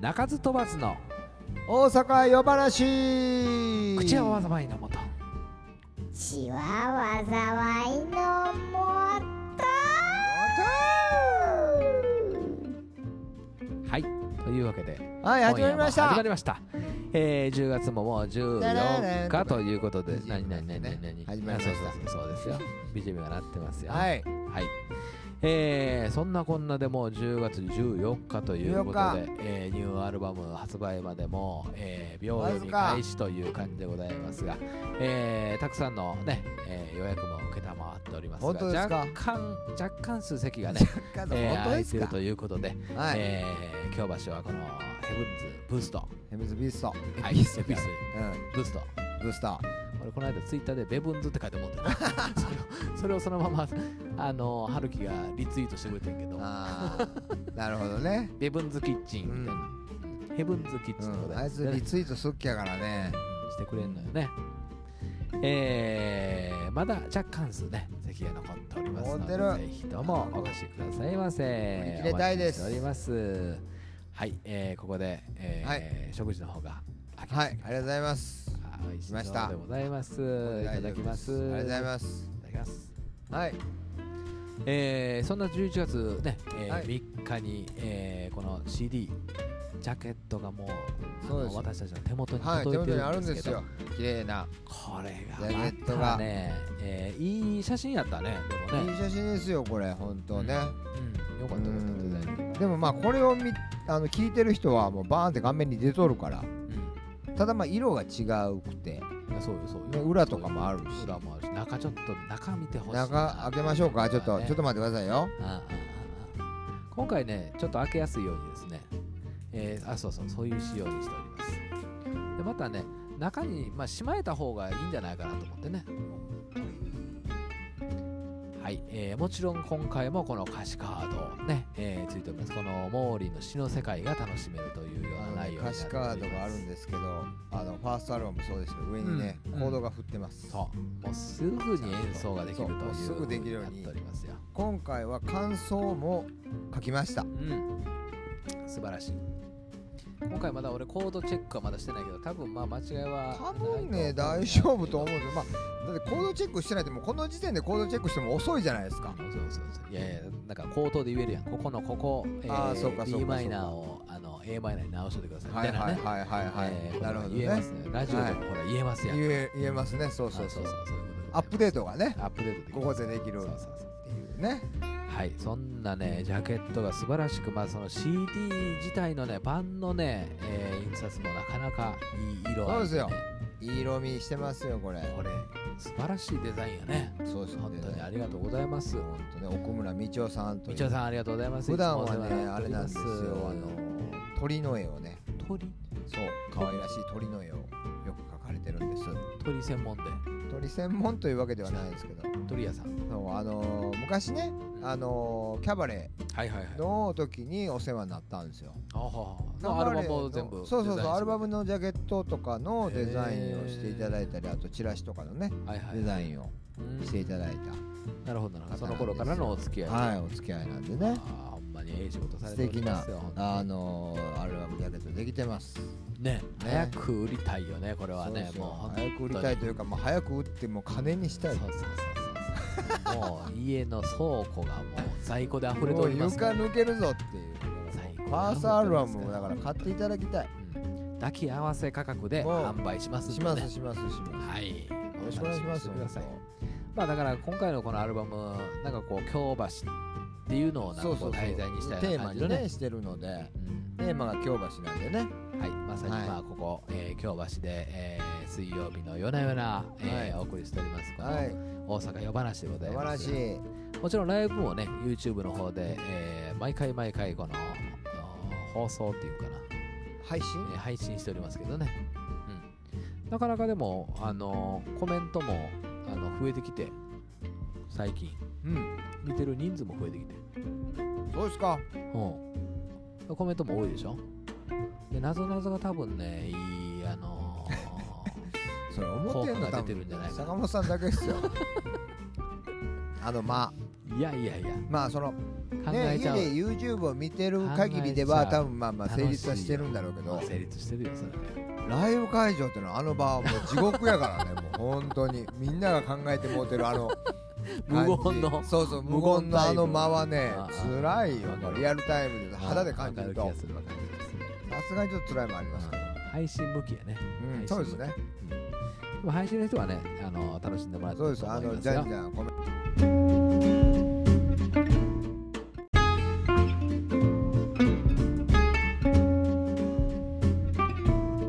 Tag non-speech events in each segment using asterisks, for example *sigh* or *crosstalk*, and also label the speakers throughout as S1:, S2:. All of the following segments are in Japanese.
S1: 鳴かず飛ばずの
S2: 大阪夜話
S1: 口は災いのもと
S3: 血は災いのもと
S1: はいというわけで
S2: はい始まりまし
S1: 今夜も始ま
S2: た
S1: りました、えー、10月ももう14日ということで
S2: ね
S1: 何何何何何
S2: 始まりました
S1: あそうそうそうです
S2: *laughs*
S1: よ BGM が鳴ってますよ
S2: はい
S1: はいえーそんなこんなでもう10月14日ということ
S2: 14
S1: で、えーニューアルバム発売までもう、えー秒
S2: わ
S1: 読
S2: ず
S1: み
S2: か
S1: 開始という感じでございますが、えーたくさんの、ねえー予約も承っております
S2: 本当で
S1: が
S2: すか
S1: 若干若干数席がね、
S2: 本
S1: えー
S2: 当
S1: 空
S2: で
S1: いて
S2: す
S1: る
S2: か
S1: ということで、
S2: はい
S1: えー京橋はこのヘブンズブースト、
S2: ヘムズビースト
S1: はい、ヘブンズブ
S2: うん
S1: ースト
S2: ブースト
S1: 俺この間ツイッターでベブンズって書いてもん
S2: *laughs*
S1: だよそれをそれをそのままあの春樹がリツイートしてくれてんけど
S2: あ
S1: *laughs*
S2: ーなるほどね
S1: ベブンズキッチンみたいな、ヘブンズキッ
S2: う
S1: チンとか
S2: ん
S1: で、
S2: あいつ
S1: で
S2: リツイートすっきやからね
S1: してくれんのよねえー、まだ若干数ね席が残っておりますので
S2: 残って
S1: ぜ
S2: る
S1: ひともお越しくださいませ
S2: 売り切れたいです
S1: お待ちしておりますはい、えー、ここで、えー
S2: は
S1: 食事の方が開けま
S2: は
S1: し
S2: いありがとうございます
S1: はい、
S2: 来ました
S1: でございます。
S2: 大
S1: い
S2: 丈夫
S1: ただきます。
S2: ありがとうござい
S1: い
S2: ます
S1: ただきます。
S2: はい
S1: えー、そんな11月ね、えー
S2: はい
S1: 3日に、えー、この CD ジャケットがもう
S2: そう
S1: あ
S2: で
S1: の
S2: す
S1: 私たちの手元に
S2: はい手
S1: 届い
S2: 元
S1: て
S2: に
S1: る
S2: ある
S1: ん
S2: ん
S1: で
S2: ですす
S1: けど、
S2: よ綺麗な
S1: これ
S2: ジ
S1: が
S2: ャケットが
S1: またね、えー、いい写真やったねでも
S2: い
S1: ね
S2: い、写真ですよこれ本当ね
S1: うん、よかったよかったデザインで、
S2: でもまあこれを見あの聞いてる人はもうバーンって画面に出とるからただまあ色が違うくて
S1: うんいやそうよそうよ、
S2: ね裏とかもあるし
S1: 裏もあるし中ちょっと中見てほしいな
S2: 中開けましょうかちょっと
S1: ね
S2: ちょっと待ってくださいよ
S1: ああああああ今回ねちょっと開けやすいようにですね、えーあそうそうそういう仕様にしておりますでまたね中に、まあ、しまえた方がいいんじゃないかなと思ってねはい、えーもちろん今回もこの歌詞カードね、えーついておりますこのモーリーの詩の世界が楽しめるというよ
S2: あ
S1: うな
S2: の
S1: 内容
S2: ね
S1: にな
S2: 歌
S1: って
S2: 詞
S1: おります
S2: カードがあるんですけどあのファーストアルバムもそうですけど上にね
S1: うん
S2: コードが振ってます
S1: そうもうすぐに演奏ができるという
S2: そうもうすぐできるように
S1: なっておりますよ、
S2: 今回は感想も書きました
S1: うん、素晴らしい今回まだ俺コードチェックはまだしてないけど多分まあ間違いは
S2: 多分ね大丈夫と思うんですよまあだってコードチェックしてないってもうこの時点でコードチェックしても遅いじゃないですか
S1: そうそうそういやいやなんか口頭で言えるやんここのここ、え
S2: あーそうかそうか
S1: B マイナーをあの A マイナーに直しといてくださいみ
S2: は
S1: た
S2: い
S1: いな
S2: はい
S1: ね、
S2: はいはい
S1: え
S2: はい
S1: ー
S2: なるほど
S1: 言えま
S2: ね
S1: すねラジオでもほら言えますや
S2: 言
S1: ん、
S2: え言えますねそう
S1: あ
S2: そう
S1: そ
S2: そう
S1: ういうことで
S2: アップデートがね
S1: アップデートでき
S2: こ
S1: る
S2: こでできる
S1: そう
S2: っ
S1: そうそう
S2: ていうね
S1: はい、そんなね、ジャケットが素晴らしく、まあ、その CD 自体のね、版のね、えー印刷もなかなかいい色合いね
S2: そういい色味してますよこれ
S1: これ、素晴らしいデザインやね。
S2: そうです
S1: 本当にあ
S2: り
S1: りがとうございます。
S2: 本当ね奥村道夫さんとい
S1: み
S2: う
S1: ちおさん、ありがとうございます。
S2: 普段
S1: い
S2: は
S1: つもお世話に
S2: ね
S1: な
S2: あ
S1: ってお
S2: れ
S1: り
S2: なん
S1: ま
S2: ですよあの鳥の絵をね
S1: 鳥、
S2: そう可愛らしい鳥の絵をよく描かれてるんです
S1: 鳥専門店、
S2: 鳥専門というわけではないですけど
S1: 鳥屋さん。
S2: そうあの昔ねあのキャバレ
S1: はいはいはい
S2: ー。の時にお世話になったんですよ
S1: あはアルバムを全部。
S2: そうそうそうアルバム
S1: の。
S2: のジャケットとかのデザインをしていただいたりあとチラシとかのね
S1: はいはい。
S2: デザインを
S1: うん
S2: していただいた
S1: なるほどなるほど。その頃からのお付き合い。
S2: はい、お付き合いなんでね、
S1: あーほんまにええ仕事され
S2: 素
S1: ており
S2: 敵
S1: ま
S2: な
S1: すよ。本当に
S2: あのーアルバムジャケットできてます。
S1: ね
S2: ね
S1: 早く売りたいよねこれはね
S2: そうそう
S1: もう本当に
S2: 早く売りたいというか、もう早く売ってもう金にしたい。
S1: そうそうそうそうもう家の倉庫がもう在庫で溢れて
S2: も
S1: お
S2: う
S1: ります
S2: 床
S1: の
S2: 抜けるぞっていう。
S1: 在庫
S2: ファーストアルバムをだから
S1: うん
S2: 買っていただきたい。
S1: 抱き合わせ価格で
S2: もう
S1: 販売しますんで
S2: します
S1: ね
S2: しますしま
S1: はいよ
S2: す。よろしくお願いします。
S1: くださいまあだから今回のこのアルバムなんかこう京橋っていうのをなんかこう題材にした
S2: テ
S1: よう
S2: ー
S1: な
S2: マ
S1: 感じ
S2: に
S1: の
S2: ね
S1: ね
S2: してるので、
S1: うん
S2: テーマが京橋なんでね。
S1: はい、まさに
S2: はい
S1: まあここ、えー京橋で、えー水曜日の夜な夜な、えー
S2: はい
S1: お送りしておりますこの、
S2: はい、
S1: 大阪夜話でござい
S2: 素晴
S1: ま
S2: ら
S1: す
S2: しい。
S1: もちろんライブもね YouTube の方で、えー毎回毎回このあの放送っていうかな、
S2: 配信
S1: えー配信しておりますけどね、うん、なかなかでもあのコメントもあの増えてきて最近
S2: うん、
S1: 見てる人数も増えてきて、
S2: そうですか。
S1: うん、コメントも多いでしょでなぞなぞが多分ねいいあのー
S2: それ思ってん
S1: 効
S2: の
S1: 果が
S2: 多
S1: 出てるん
S2: 分 *laughs*
S1: じゃないかな
S2: 坂本さんだけですよあのま *laughs*
S1: いやいやいや
S2: まあその
S1: 考
S2: ね
S1: え
S2: 家
S1: ちゃう、
S2: で YouTube を見てる限りでは
S1: 考えちゃ
S2: 多
S1: う
S2: 分まあまあ成立はしてるんだろうけ
S1: まあ
S2: ど
S1: 成立してるよそれね
S2: ライブ会場ってのはあの場はもう地獄やからねもう本当
S1: *laughs*
S2: にみんなが考えてもうてるあの
S1: 無言の
S2: 感じそうそう無
S1: 無
S2: 言
S1: 言
S2: の
S1: の
S2: あ
S1: あ
S2: の
S1: の
S2: 間はね
S1: ああ
S2: 辛いよねリアルタイムで肌で感じる
S1: わ
S2: と
S1: かる気がするわかる気がする
S2: さすがにちょっと辛いもありますけど、
S1: 配信向きやね、
S2: うん、
S1: 配信向き
S2: そうですね
S1: うんでも配信の人はねあの楽しんでもらって
S2: そう
S1: ると
S2: です
S1: 思
S2: あ
S1: いま
S2: の
S1: す
S2: じゃ
S1: よ
S2: んじゃんコメント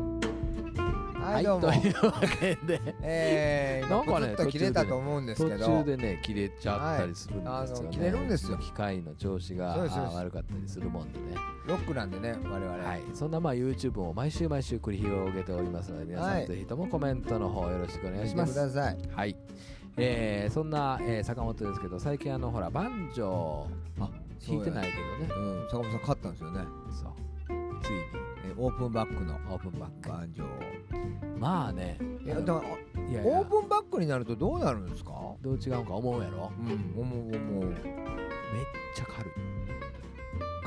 S2: はいどうも、
S1: はいというわけで
S2: えー、
S1: なん
S2: 今
S1: か
S2: ポ
S1: ね
S2: ツッと切れたと思うんです
S1: 途
S2: けど
S1: 中でね切れちゃったりするんですよね、
S2: はいあの切れるんですよ
S1: 機械の調子が
S2: そうですそうで
S1: あ
S2: す
S1: ー悪かったりするもんでね
S2: ロックなんでね我々、
S1: はい、そんなまあ YouTube を毎週毎週繰り広げておりますので皆さ
S2: はい
S1: んぜひともコメントの方よろしくお願い
S2: 見て
S1: し
S2: く
S1: ます。
S2: ださい
S1: はい、えーそんな、えー坂本ですけど最近あのほらバンジョー
S2: あ
S1: 弾いてないいけどね
S2: うん坂本さん勝ったんですよね
S1: そうついに
S2: えオープンバックの
S1: オープンバッ
S2: バンジョ
S1: クまあね
S2: ーいやだから
S1: いやいや
S2: オープンバックになるとどうなるんですか
S1: どう違うか思うやろ
S2: うん思う思う
S1: めっちゃ軽い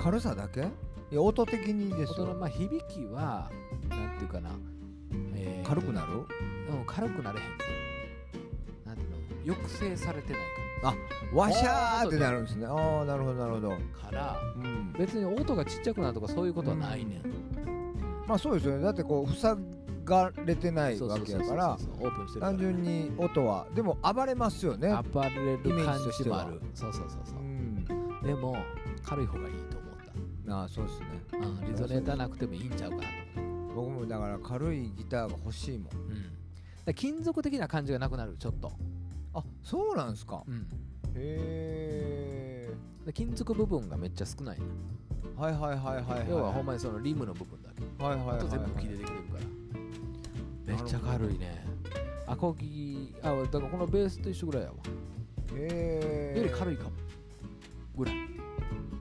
S2: 軽さだけいや音的にです
S1: 音の
S2: よ
S1: まあ響きはなんていうかな、えー
S2: 軽くなる
S1: うん軽くなれへんなんていうの抑制されてない
S2: ワシャーってなるんですねああなるほどなるほど
S1: 感じから
S2: うん
S1: 別に音がちっちゃくなるとかそういうことはないねん
S2: まあそうですよねだってこう塞がれてない
S1: そう
S2: わ
S1: そう
S2: け
S1: そ
S2: や
S1: うそう
S2: から
S1: そうオープンしてるから
S2: 単純に音はでも暴れますよね
S1: 暴れ
S2: イメ
S1: る
S2: ージと
S1: 感
S2: して
S1: じも
S2: は
S1: あるそうそうそうそうう、
S2: ん
S1: でも軽い方がいいと思った
S2: ああそうですね
S1: うんリゾネーターなくてもいいんちゃうかなと思
S2: 僕もだから軽いギターが欲しいもん
S1: って、うん、だから金属的な感じがなくなるちょっと、
S2: あそうなんですか
S1: うん、
S2: へえ
S1: で金属部分がめっちゃ少ないね、
S2: はいはいはいはいはい
S1: 要はほんまにそのリムの部分だけ、
S2: はいはいはいはい
S1: あと全部木でできてるから、めっちゃ軽いねアコギあだからこのベースと一緒ぐらいやわ、
S2: へえ
S1: より軽
S2: い
S1: いかもぐらい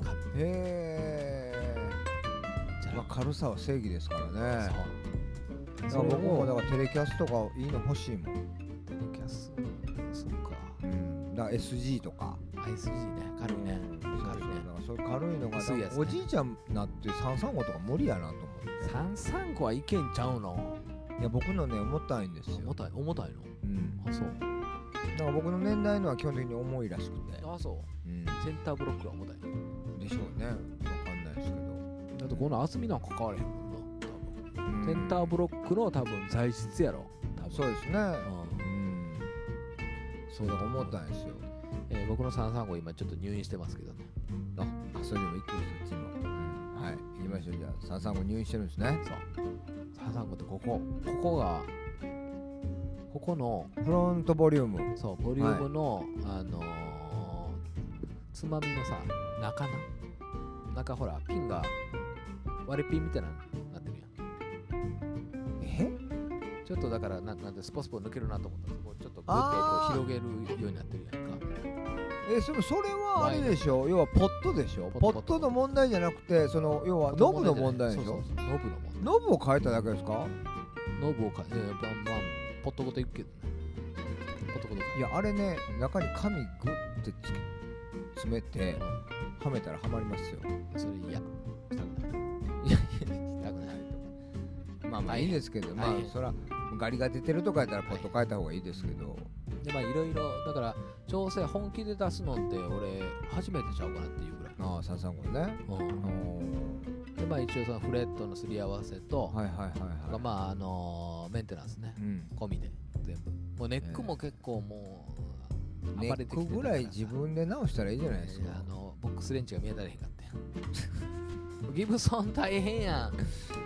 S1: 軽い
S2: へ
S1: じゃ
S2: え、
S1: あ
S2: まあ、軽さは正義ですからね
S1: そう
S2: だから僕もだ
S1: か
S2: からテレキャスとかいいの欲しいもん、
S1: テレキャスそっか
S2: うん、だから SG とか
S1: ISG ね軽いね
S2: うんそうそう
S1: 軽いね
S2: だからそう
S1: 薄い
S2: いう軽いのが
S1: やつね
S2: おじいちゃんになって335とか無理やなと思って
S1: 33個はいけんちゃうの
S2: いや僕のね重たいんです
S1: 重
S2: よ、
S1: たい重たいの
S2: うん、
S1: あそう
S2: だから僕の年代のは基本的に重いらしくて、
S1: あそ
S2: うん、
S1: うセンターブロックは重たい
S2: でしょうねわかんないですけど
S1: だってこの厚みなんか変われへんもんな多分センターブ
S2: ロ
S1: ロックの多分材質やろ多分
S2: そうですね
S1: うん
S2: うんそうだから思ったんですよ
S1: えー僕の335今ちょっと入院してますけどね
S2: ああそれでも一気にそっちもはい行きましょうじゃあ335入院してるんですね
S1: そう335ってここここがここの
S2: フロントボリューム
S1: そうボリュームの、あのーつまみのさ中な中ほらピンが割れピンみたいなのになってるやん
S2: え
S1: ちょっとだからなんなんてスポスポ抜けるなと思ったらそこをちょっとグッ
S2: あー
S1: とこう広げるようになってるやんか
S2: えそれそれはあれでしょ要はポットでしょポ
S1: ポッ
S2: ッ
S1: ト
S2: トの問題じゃなくてその要はノブの問題でし
S1: そう
S2: ょ
S1: そうそうノブの問題
S2: ノブを変えただけですか
S1: ノブをかえー、バンバンポットごといくけどねポットごとか
S2: いやあれね中に紙グッてつけ詰めて
S1: う
S2: はめたらはまります
S1: ん
S2: よ
S1: それ嫌したくない
S2: いや
S1: したくない
S2: まあまあいいですけど、まあ
S1: 大変
S2: そらガリが出てるとかやったらポット変えた方がいいですけど、
S1: でまあいろいろだから調整本気で出すのって俺初めてちゃうかなっていうぐらい
S2: ああ335ね
S1: うんでまあ一応そのフレットのすり合わせと、
S2: はいはいはいはい
S1: まああのーメンテナンスね
S2: うん
S1: 込みで全部もうネックも結構もう、
S2: ネ
S1: 暴れ
S2: ッ
S1: てきてた
S2: ク
S1: からさ
S2: ぐらい自分で直したらいいじゃないですか
S1: いやあのボックスレンチが見当たれへんかったやんギブソン大変やん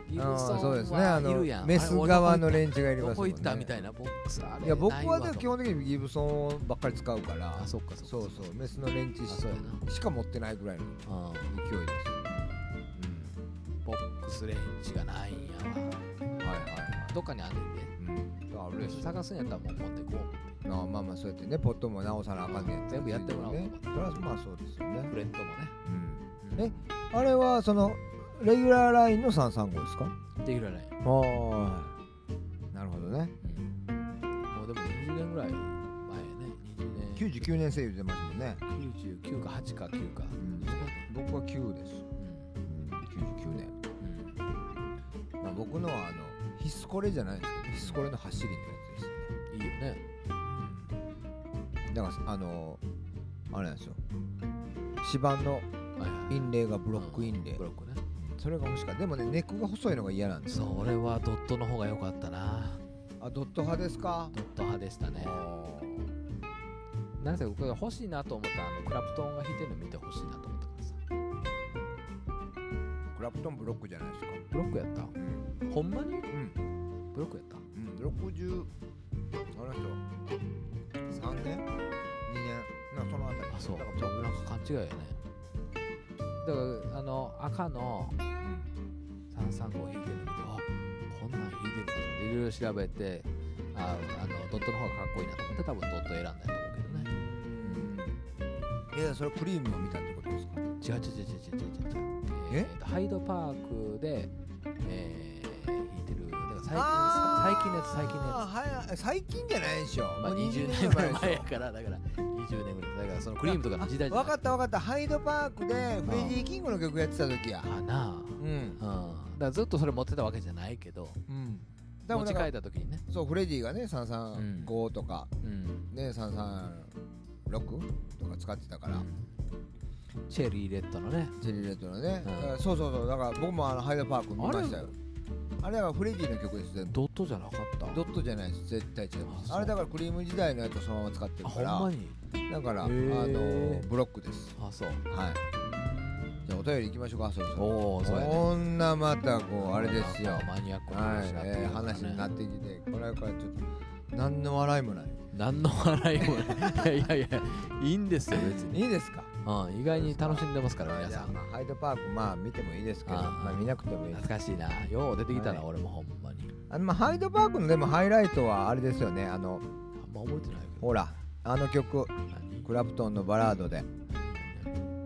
S1: ギブソン
S2: あ
S1: は
S2: ーそうですねあ
S1: い
S2: の
S1: るやん
S2: メス側の
S1: ン
S2: レンジがいり
S1: ど
S2: ますも
S1: こ
S2: ん
S1: 行
S2: ね
S1: ったみたいなボックスあれ
S2: いや僕は
S1: ない
S2: ね
S1: わと
S2: 基本的にギブソンばっかり使うから
S1: あそっかそっか
S2: そうそうメスのレンチ
S1: あそうや
S2: しか持ってないぐらいの
S1: な、うん、
S2: 勢いで
S1: ボックスレンチがないんやわ
S2: す、はいはいはい
S1: どっかにあんねんで
S2: うんああるでしょ
S1: 探すんやったらもう持ってこう思って
S2: ああまあまあそうやってねポットも直さなあかんねん
S1: 全部やってもらおうと
S2: ね
S1: 思って
S2: それはまあそうですよね
S1: フレットもね、
S2: うんえあれはそのレギュラーラインの335ですかは
S1: できらない、
S2: いなるほどね
S1: もうでも20年ぐらい前ね20年
S2: 99年生言ってますもんね、
S1: 99か8か9か、
S2: 僕は9です、
S1: う
S2: うん、99年、
S1: ん
S2: まあ、僕のはあのヒスコレじゃないですけどヒスコレの走りのやつです
S1: うん、いいよね
S2: だからあのあれなんですよ芝の
S1: はいはい
S2: インレイがブロックインレイ
S1: ブロックね
S2: それが欲しかったでもねネックが細いのが嫌なんですよ
S1: それはドットの方が良かったな
S2: あドット派ですか
S1: ドット派でしたね
S2: あ
S1: なんせ僕が欲しいなと思ったあのクラプトンが弾いてるの見てほしいなと思ったからさ
S2: ークラプトンブロックじゃないですか
S1: ブロックやった
S2: うん
S1: ほんまに
S2: うん、
S1: ブロックやった
S2: うん、60あの人3年2年なんかそのあたり
S1: あそう
S2: だ
S1: なん
S2: か
S1: から
S2: ブロック
S1: 勘違いやねだからあの赤の335弾いてるの見てあこんなん弾いてるかといろいろ調べてああのドットの方がかっこいいなと思って多分ドット選んだと思うけどね
S2: うんいやそれクリームを見たってことです
S1: 違
S2: か
S1: う違う違う違う違う違う違うえーとハイドパークで、えー、弾いてるだから最近さ最近のやつ最近のや
S2: あーはい最近じゃないでしょ、
S1: つ、
S2: も
S1: まあ、
S2: う
S1: 20年
S2: ぐら
S1: ぐらい
S2: い前
S1: 前
S2: で
S1: や
S2: しょ
S1: からだから20年ぐらいだからそのクリームとかの時代じゃ
S2: 分
S1: な
S2: か
S1: い
S2: った分かったハイドパークでフレディ・キングの曲やってた時や
S1: かな
S2: うん
S1: あ、うん、だからずっとそれ持ってたわけじゃないけど
S2: うんでも
S1: 持
S2: な
S1: ち
S2: ん
S1: 帰
S2: か
S1: った時にね、
S2: そうフレディがね335とか、
S1: うん
S2: ね336とか使ってたから、
S1: チェリーレッドのね
S2: ジェリーレッドのね、
S1: うん
S2: だからそうそうそうだから僕もあのハイドパーク見ましたよ
S1: あ
S2: あれだからフレディの曲です全部
S1: ドットじゃなかった
S2: ドットじゃないです絶対違いま
S1: あ
S2: すあ
S1: そう
S2: れだからクリーム時代のやつをそのまま使って
S1: あ
S2: るか
S1: ほん
S2: ら
S1: まに
S2: だからあ
S1: へー
S2: のブロックです
S1: あそう
S2: はいじゃあお便り行きましょうかそろそろ
S1: おおそうやね
S2: こんなまたこうあれですよ
S1: なんかマニアックな
S2: はい
S1: 話になって
S2: えー話になってきてこれからちょっと何の笑いもない
S1: 何の笑いもない *laughs* いやいやいやいいんですよ別に、
S2: いいですか
S1: うん、意外に楽しんでますから皆
S2: じ
S1: さ
S2: ゃあ
S1: ん
S2: まあハイドパークまあ見てもいいですけど
S1: あー
S2: まあ見なくてもいいです
S1: 懐かしいなよう出てきたな、
S2: はい
S1: 俺もほんまに
S2: あのまあハイドパークのでもハイライトはあれですよねあの
S1: あんま覚えてないけど
S2: ほらあの曲
S1: 何
S2: クラプトンのバラードで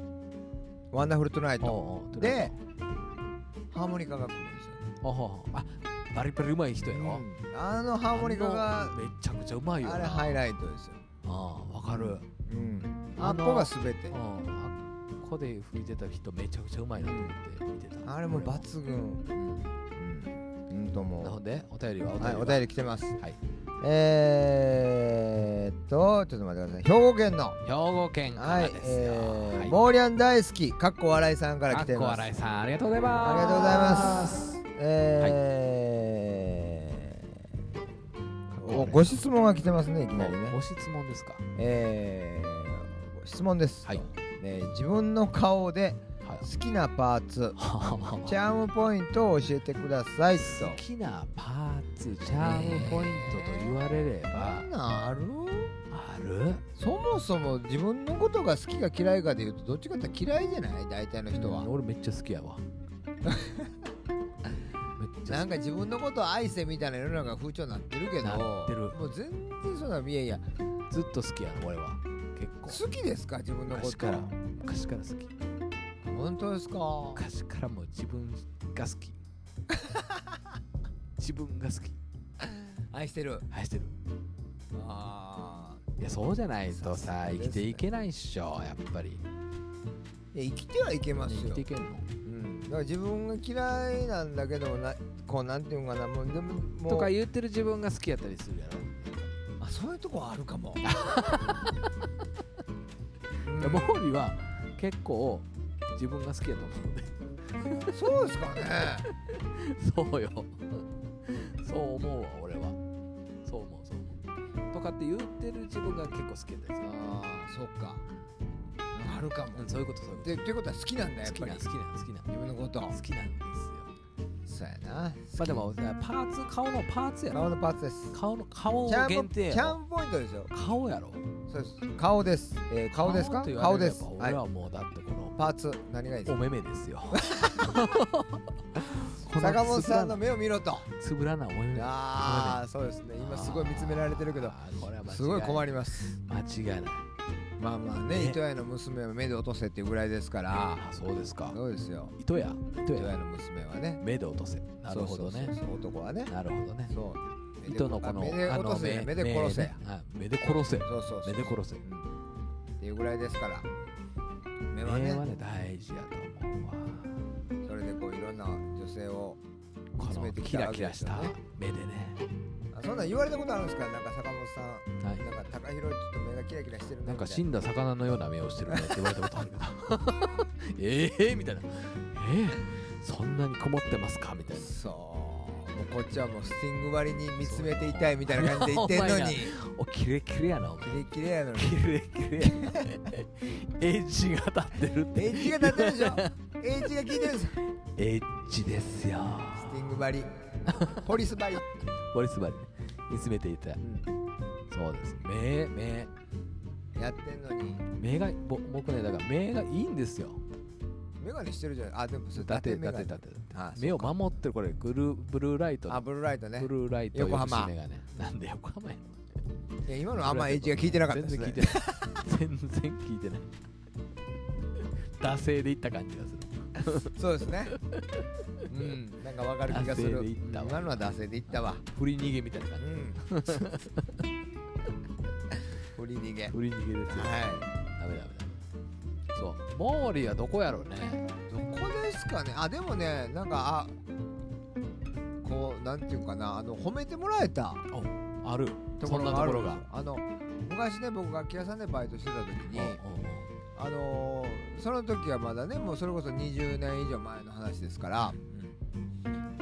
S2: 「ワンダフルトナイト
S1: おうおう」
S2: でハーモニカが来るんですよね
S1: おうおうあバリバリうまい人やろ、
S2: うんあのハーモニカが
S1: あのめちゃくちゃうまいよな
S2: あれハイライトですよ
S1: ああわかる
S2: うんあ
S1: あ
S2: っ
S1: の
S2: こが全て
S1: うんあっこで吹いてた人めちゃくちゃうまいなと思って見てた
S2: あれも
S1: 俺
S2: 抜群
S1: うん
S2: うんうんとも
S1: ほんでお便りはお便り
S2: はい、
S1: は
S2: お便り来てます。
S1: はい
S2: えーっと、ちょっと待ってください。兵庫県の。
S1: 兵庫県か
S2: は
S1: ら
S2: い、
S1: ですよ、
S2: えー
S1: はい
S2: モーリアン大好き、かっこ笑いさんから来て
S1: あっこ
S2: ます。
S1: 笑いさんありがとうございます
S2: ありがとうございます。えーおご質問が来てますね、いきなり
S1: お
S2: ね
S1: ご。質問ですか
S2: えー質問です、
S1: はい
S2: えー自分の顔で
S1: はい
S2: 好きなパーツ、チャームポイントを教えてくださいと。
S1: 好きなパーツチャームポイントと言われれば
S2: そんなんある
S1: ある
S2: そもそも自分のことが好きか嫌いかでいうとどっちかって言ったら嫌いじゃない大体の人は、
S1: うん俺めっちゃ好き
S2: *laughs*
S1: やわめっちゃ
S2: な
S1: 好
S2: ん
S1: き
S2: か自分のことを愛せみたいな世の中風潮になってるけど
S1: なってる
S2: もう全然そんないやいや
S1: ずっと好きやな俺は結構
S2: 好きですか自分のこ
S1: 昔
S2: と
S1: から昔から好き
S2: 本当ですか
S1: 昔からもう自分が好き *laughs* 自分が好き
S2: 愛してる
S1: 愛してる
S2: あ
S1: いやそうじゃないとさ
S2: さすがで
S1: 生
S2: すね
S1: きていけないっしょやっぱり
S2: ーいや生きてはいけます
S1: 生き
S2: よ
S1: ていけんの
S2: うん、だから自分が嫌いなんだけどなこうなんていうんかなもうでももう
S1: とか言ってる自分が好きやったりするやろ
S2: あそういうとこあるか
S1: *laughs*
S2: も
S1: いやモーリーは結構自分が好きやと思 *laughs* うね
S2: うんそうですかね
S1: そうよそう思うわ俺はそう思うそう思うとかって言ってる自分が結構好きやったりする
S2: ああそっかあるかも
S1: うんそういうことそういうこ
S2: でということは好きなん
S1: と
S2: だやっ
S1: 好き
S2: ぱり
S1: な好きな好きな
S2: 自分のこと
S1: 好きなんですよ
S2: そうやな
S1: まあでもパーツ顔のパーツやろ
S2: 顔のパーツです
S1: 顔の顔
S2: キャン
S1: 限
S2: プキ
S1: 定や
S2: ャ
S1: ろ
S2: ンポイントですよ
S1: 顔やろ
S2: そうです顔です、えー顔ですか
S1: と言わ
S2: 顔
S1: れれ
S2: で
S1: ば
S2: すは
S1: 俺
S2: い
S1: はもうだってこの
S2: パーツ何がいいです
S1: お
S2: か
S1: 目目ですよ
S2: *laughs* 坂本さんの
S1: こ
S2: 目を見ろと
S1: つぶらないつぶらないお目目
S2: ああそうですね今すごい見つめられてるけど
S1: あーこれは間違
S2: すごい困
S1: り
S2: ります
S1: 間違いない
S2: まあまあね
S1: ね
S2: 糸屋の娘は目で落とせっていうぐらいですから
S1: あそうですか
S2: そうですよ
S1: 糸や糸
S2: 糸屋
S1: や
S2: の娘はね
S1: 目で落とせなるほどね
S2: そうそうそうそう男はね
S1: なるほどね
S2: そうで
S1: 人のこの
S2: 目で
S1: あ
S2: 落
S1: の
S2: とせ目で殺せ
S1: 目ねあ目で殺せ
S2: そうそうそ
S1: 目
S2: う
S1: で殺せ
S2: うんっていうぐらいですから目
S1: 目
S2: は
S1: は
S2: ね
S1: ね大事やと思うわ
S2: それでこういろんな女性を
S1: こ
S2: 詰め
S1: の
S2: てき
S1: キ
S2: た
S1: ラ
S2: わけ
S1: キ
S2: で
S1: ラ
S2: す
S1: し
S2: よ
S1: た
S2: ね
S1: 目でね
S2: あそんなん言われたことあるんですかなんか坂本さん
S1: はい
S2: なんか高弘ちょっと目がキラキラしてる
S1: なんか
S2: し
S1: 死んだ魚のような目をしてるねって言われたことあるけ *laughs* どええみたいなええそんなにこもってますかみたいな
S2: そうもうこっちはもうスティング割りに見つめていたいみたいな感じで言ってんのにキ
S1: *laughs* おキレキレやなお前
S2: レキレやのに
S1: キレキレやな *laughs* エッジが立ってるって
S2: エッジが立ってるでしょエッジが効いてるんですよ
S1: エッジですよ
S2: スティン
S1: *laughs*
S2: グバリ、ポリスバリ、
S1: ボリスバリね見つめていたそうです目目
S2: やってんのに、
S1: 目がぼ僕ねだから目がいいんですよ
S2: メガネしてるじゃない。あ、でもそれ伊
S1: だ
S2: 達
S1: て
S2: メ
S1: だ
S2: ガ
S1: て
S2: ネ
S1: だて
S2: あそう
S1: 目を守ってるこれグルーブルーライト
S2: あ、ブルーライトね
S1: ブ。ルーライト
S2: 横浜
S1: メガネなんで横浜やねん
S2: いや今のあんまエッジが効いてなかったです
S1: 全然聞い
S2: ね
S1: て。ない全然聞いてない惰性でいった感じがする
S2: そうですね。うん、なんかわかる気がす
S1: 惰
S2: る。
S1: 性でいったわ
S2: 今のは惰性でいったわ。
S1: 振り逃げみたいな
S2: う
S1: 感じ
S2: ん。
S1: *laughs*
S2: 振り逃げ。はい。
S1: 振り逃げですよダメダメダメそうモーリーはどこやろうね
S2: どこですかね。あ、でもね、なんかあ、こうなんていうかな、あの褒めてもらえた
S1: ある
S2: とこ
S1: そん
S2: ろ
S1: な
S2: が
S1: と
S2: あ
S1: こ
S2: る
S1: ろが
S2: んですよ。あの昔ね、僕楽器屋さんでバイトしてた時に。
S1: うんうんうん
S2: あのーその時はまだねもうそれこそ20年以上前の話ですから、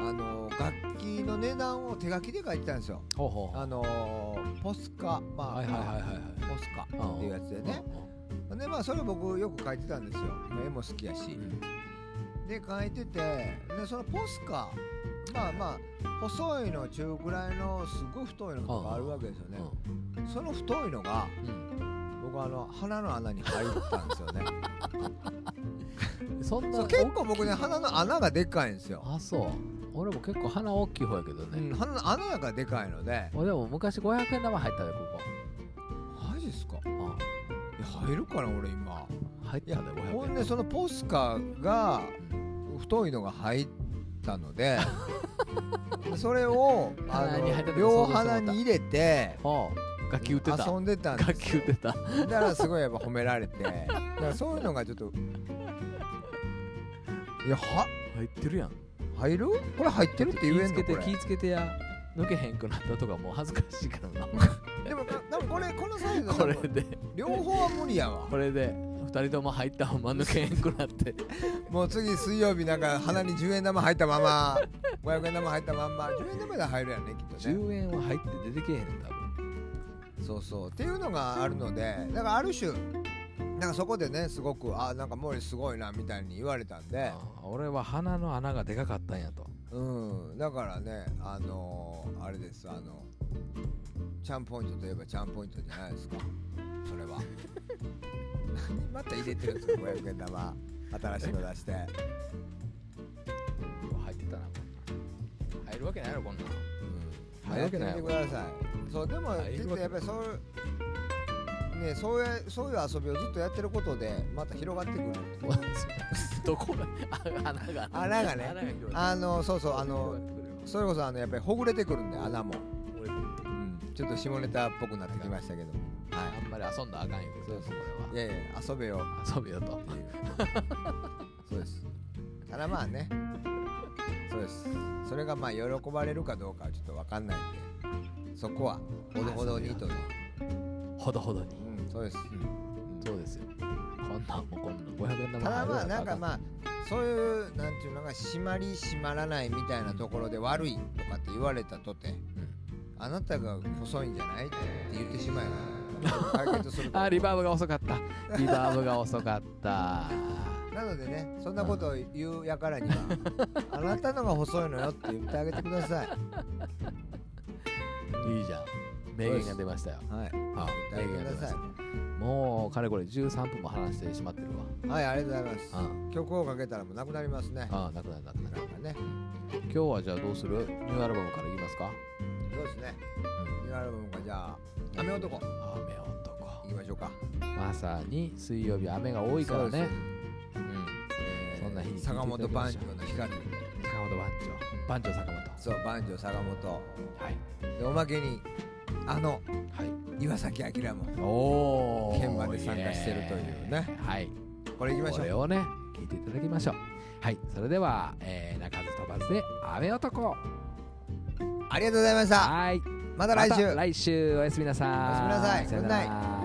S2: あのー楽器の値段を手書きで書いてたんですよ。
S1: ほうほう
S2: あのーポスカまあ、
S1: はいはいはいはいはい
S2: ポスカっていうやつでね、でまあそれ僕よく書いてたんですよ絵も好きやし、
S1: うんうん
S2: で書いててでそのポスカまあまあ細いの中くらいのすごい太いのとかあるわけですよね、その太いのが
S1: うん
S2: 僕あの鼻の穴に入ったんですよね
S1: うんそん
S2: そ
S1: な
S2: う結構僕ね鼻の穴がでっかいんですよ
S1: あそう俺も結構鼻大きい方やけど
S2: うん、
S1: ね
S2: 鼻の穴がでかいので
S1: 俺でも昔500円玉入ったでこ
S2: マジですか
S1: こうん
S2: いや入るから俺今
S1: 入っ
S2: い
S1: た
S2: や
S1: ね500円
S2: ほんでそのポスカが太いのが入ったの
S1: *laughs*
S2: でそれをあ
S1: 鼻に入った
S2: の
S1: 時
S2: 両鼻に入れて
S1: はあ楽器打ってた
S2: 遊んでたんで
S1: 楽
S2: す
S1: 器打ってた
S2: だからすごいやっぱ褒められてだからそういうのがちょっといやは
S1: 入ってるやん
S2: 入るこれ入ってるって言えん
S1: 気
S2: の
S1: ぃつけて
S2: これ
S1: 気ぃつけてや抜けへんくなったとかもう恥ずかしい
S2: *laughs*
S1: からな
S2: でもなでもこれこのサイズだと
S1: これで
S2: 両方は無理やわ
S1: これで2人とも入ったほんま抜けへんくなって
S2: もう次水曜日なんか鼻に10円玉入ったまま500円玉入ったまんま10円玉で入るやんねきっとね
S1: 10円は入って出てけへんねん多分
S2: そうそうっていうのがあるのでだからある種なんかそこでねすごくあなんかモーリーすごいなみたいに言われたんで
S1: あ俺は鼻の穴がでかかったんやと
S2: うんだからねあのーあれですあのちゃんポイントといえばちゃんポイントじゃないですかそれ
S1: *laughs*
S2: は何また入れてるんですか500円玉新しいの出して
S1: 入ってたな入るわけないやろこんなん
S2: やってみてください。そうでも
S1: 入るわけない
S2: 実はやっぱりそうねそうやそういう遊びをずっとやってることでまた広がってくる。
S1: どこがあ穴が
S2: *laughs* 穴がね
S1: 穴が広い
S2: あのそうそうあのそれこそあのやっぱりほぐれてくるんで穴も、
S1: 俺
S2: ちょっと下ネタっぽくなってきましたけど。は
S1: あんまり遊んだらあかんよ
S2: そう
S1: こ
S2: そうい。
S1: れ
S2: い
S1: は
S2: やいや遊べよ
S1: 遊びよと
S2: っていう。そうです。ただまあね。 *laughs* そうです。それがまあ喜ばれるかどうかはちょっとわかんないんで、そこはほどほどにという。
S1: ほどほどに
S2: うんそうです。
S1: そうですよこんなんもこんなん500円玉
S2: ただ
S1: 入る
S2: まあ
S1: やつ
S2: なんかまあそういうなんていうのが締まり締まらないみたいなところで悪いとかって言われたとて、あなたが細いんじゃないって言ってしまえば解決する
S1: *laughs*
S2: と
S1: あリバーブが遅かったリバーブが遅かった
S2: なのでねそんなことを言うやからにはあなたのが細いのよって言ってあげてください
S1: *laughs* いいじゃん名言が出ましたよ
S2: はい
S1: はい
S2: 言
S1: 名
S2: って
S1: 言
S2: あげ
S1: が出
S2: てく
S1: ま
S2: だ
S1: し
S2: さ
S1: たもうかれこれ13分も話してしまってる
S2: いはいありがとうございます
S1: わうん
S2: 曲をかけたらもうなくなりますね
S1: ああなくなるなくな
S2: な
S1: る
S2: んかね
S1: 今日はじゃあどうするニューアルバムからいきますか
S2: そうですねニューアルバムかじゃあ雨男い
S1: 雨男
S2: きましょうか
S1: まさに水曜日雨が多いから
S2: そうで
S1: ね
S2: す
S1: うん
S2: えー
S1: そんな日に聞いていただきましょう
S2: 坂本番長の光
S1: 坂本番長番長坂本
S2: そう万丈坂本
S1: はい
S2: でおまけにあの
S1: はい
S2: 岩崎明も
S1: おー
S2: 鍵盤で参加してるという
S1: イ
S2: ね
S1: エーイはい
S2: これいきまし
S1: こ
S2: ょ
S1: れ
S2: う
S1: をね聞いていただきましょうはいそれでは、えー、鳴かず飛ばずで雨男
S2: ありがとうございました
S1: はい
S2: また来週
S1: 来週おやすみなさい
S2: おやすみなさい
S1: さよな
S2: グッ
S1: ら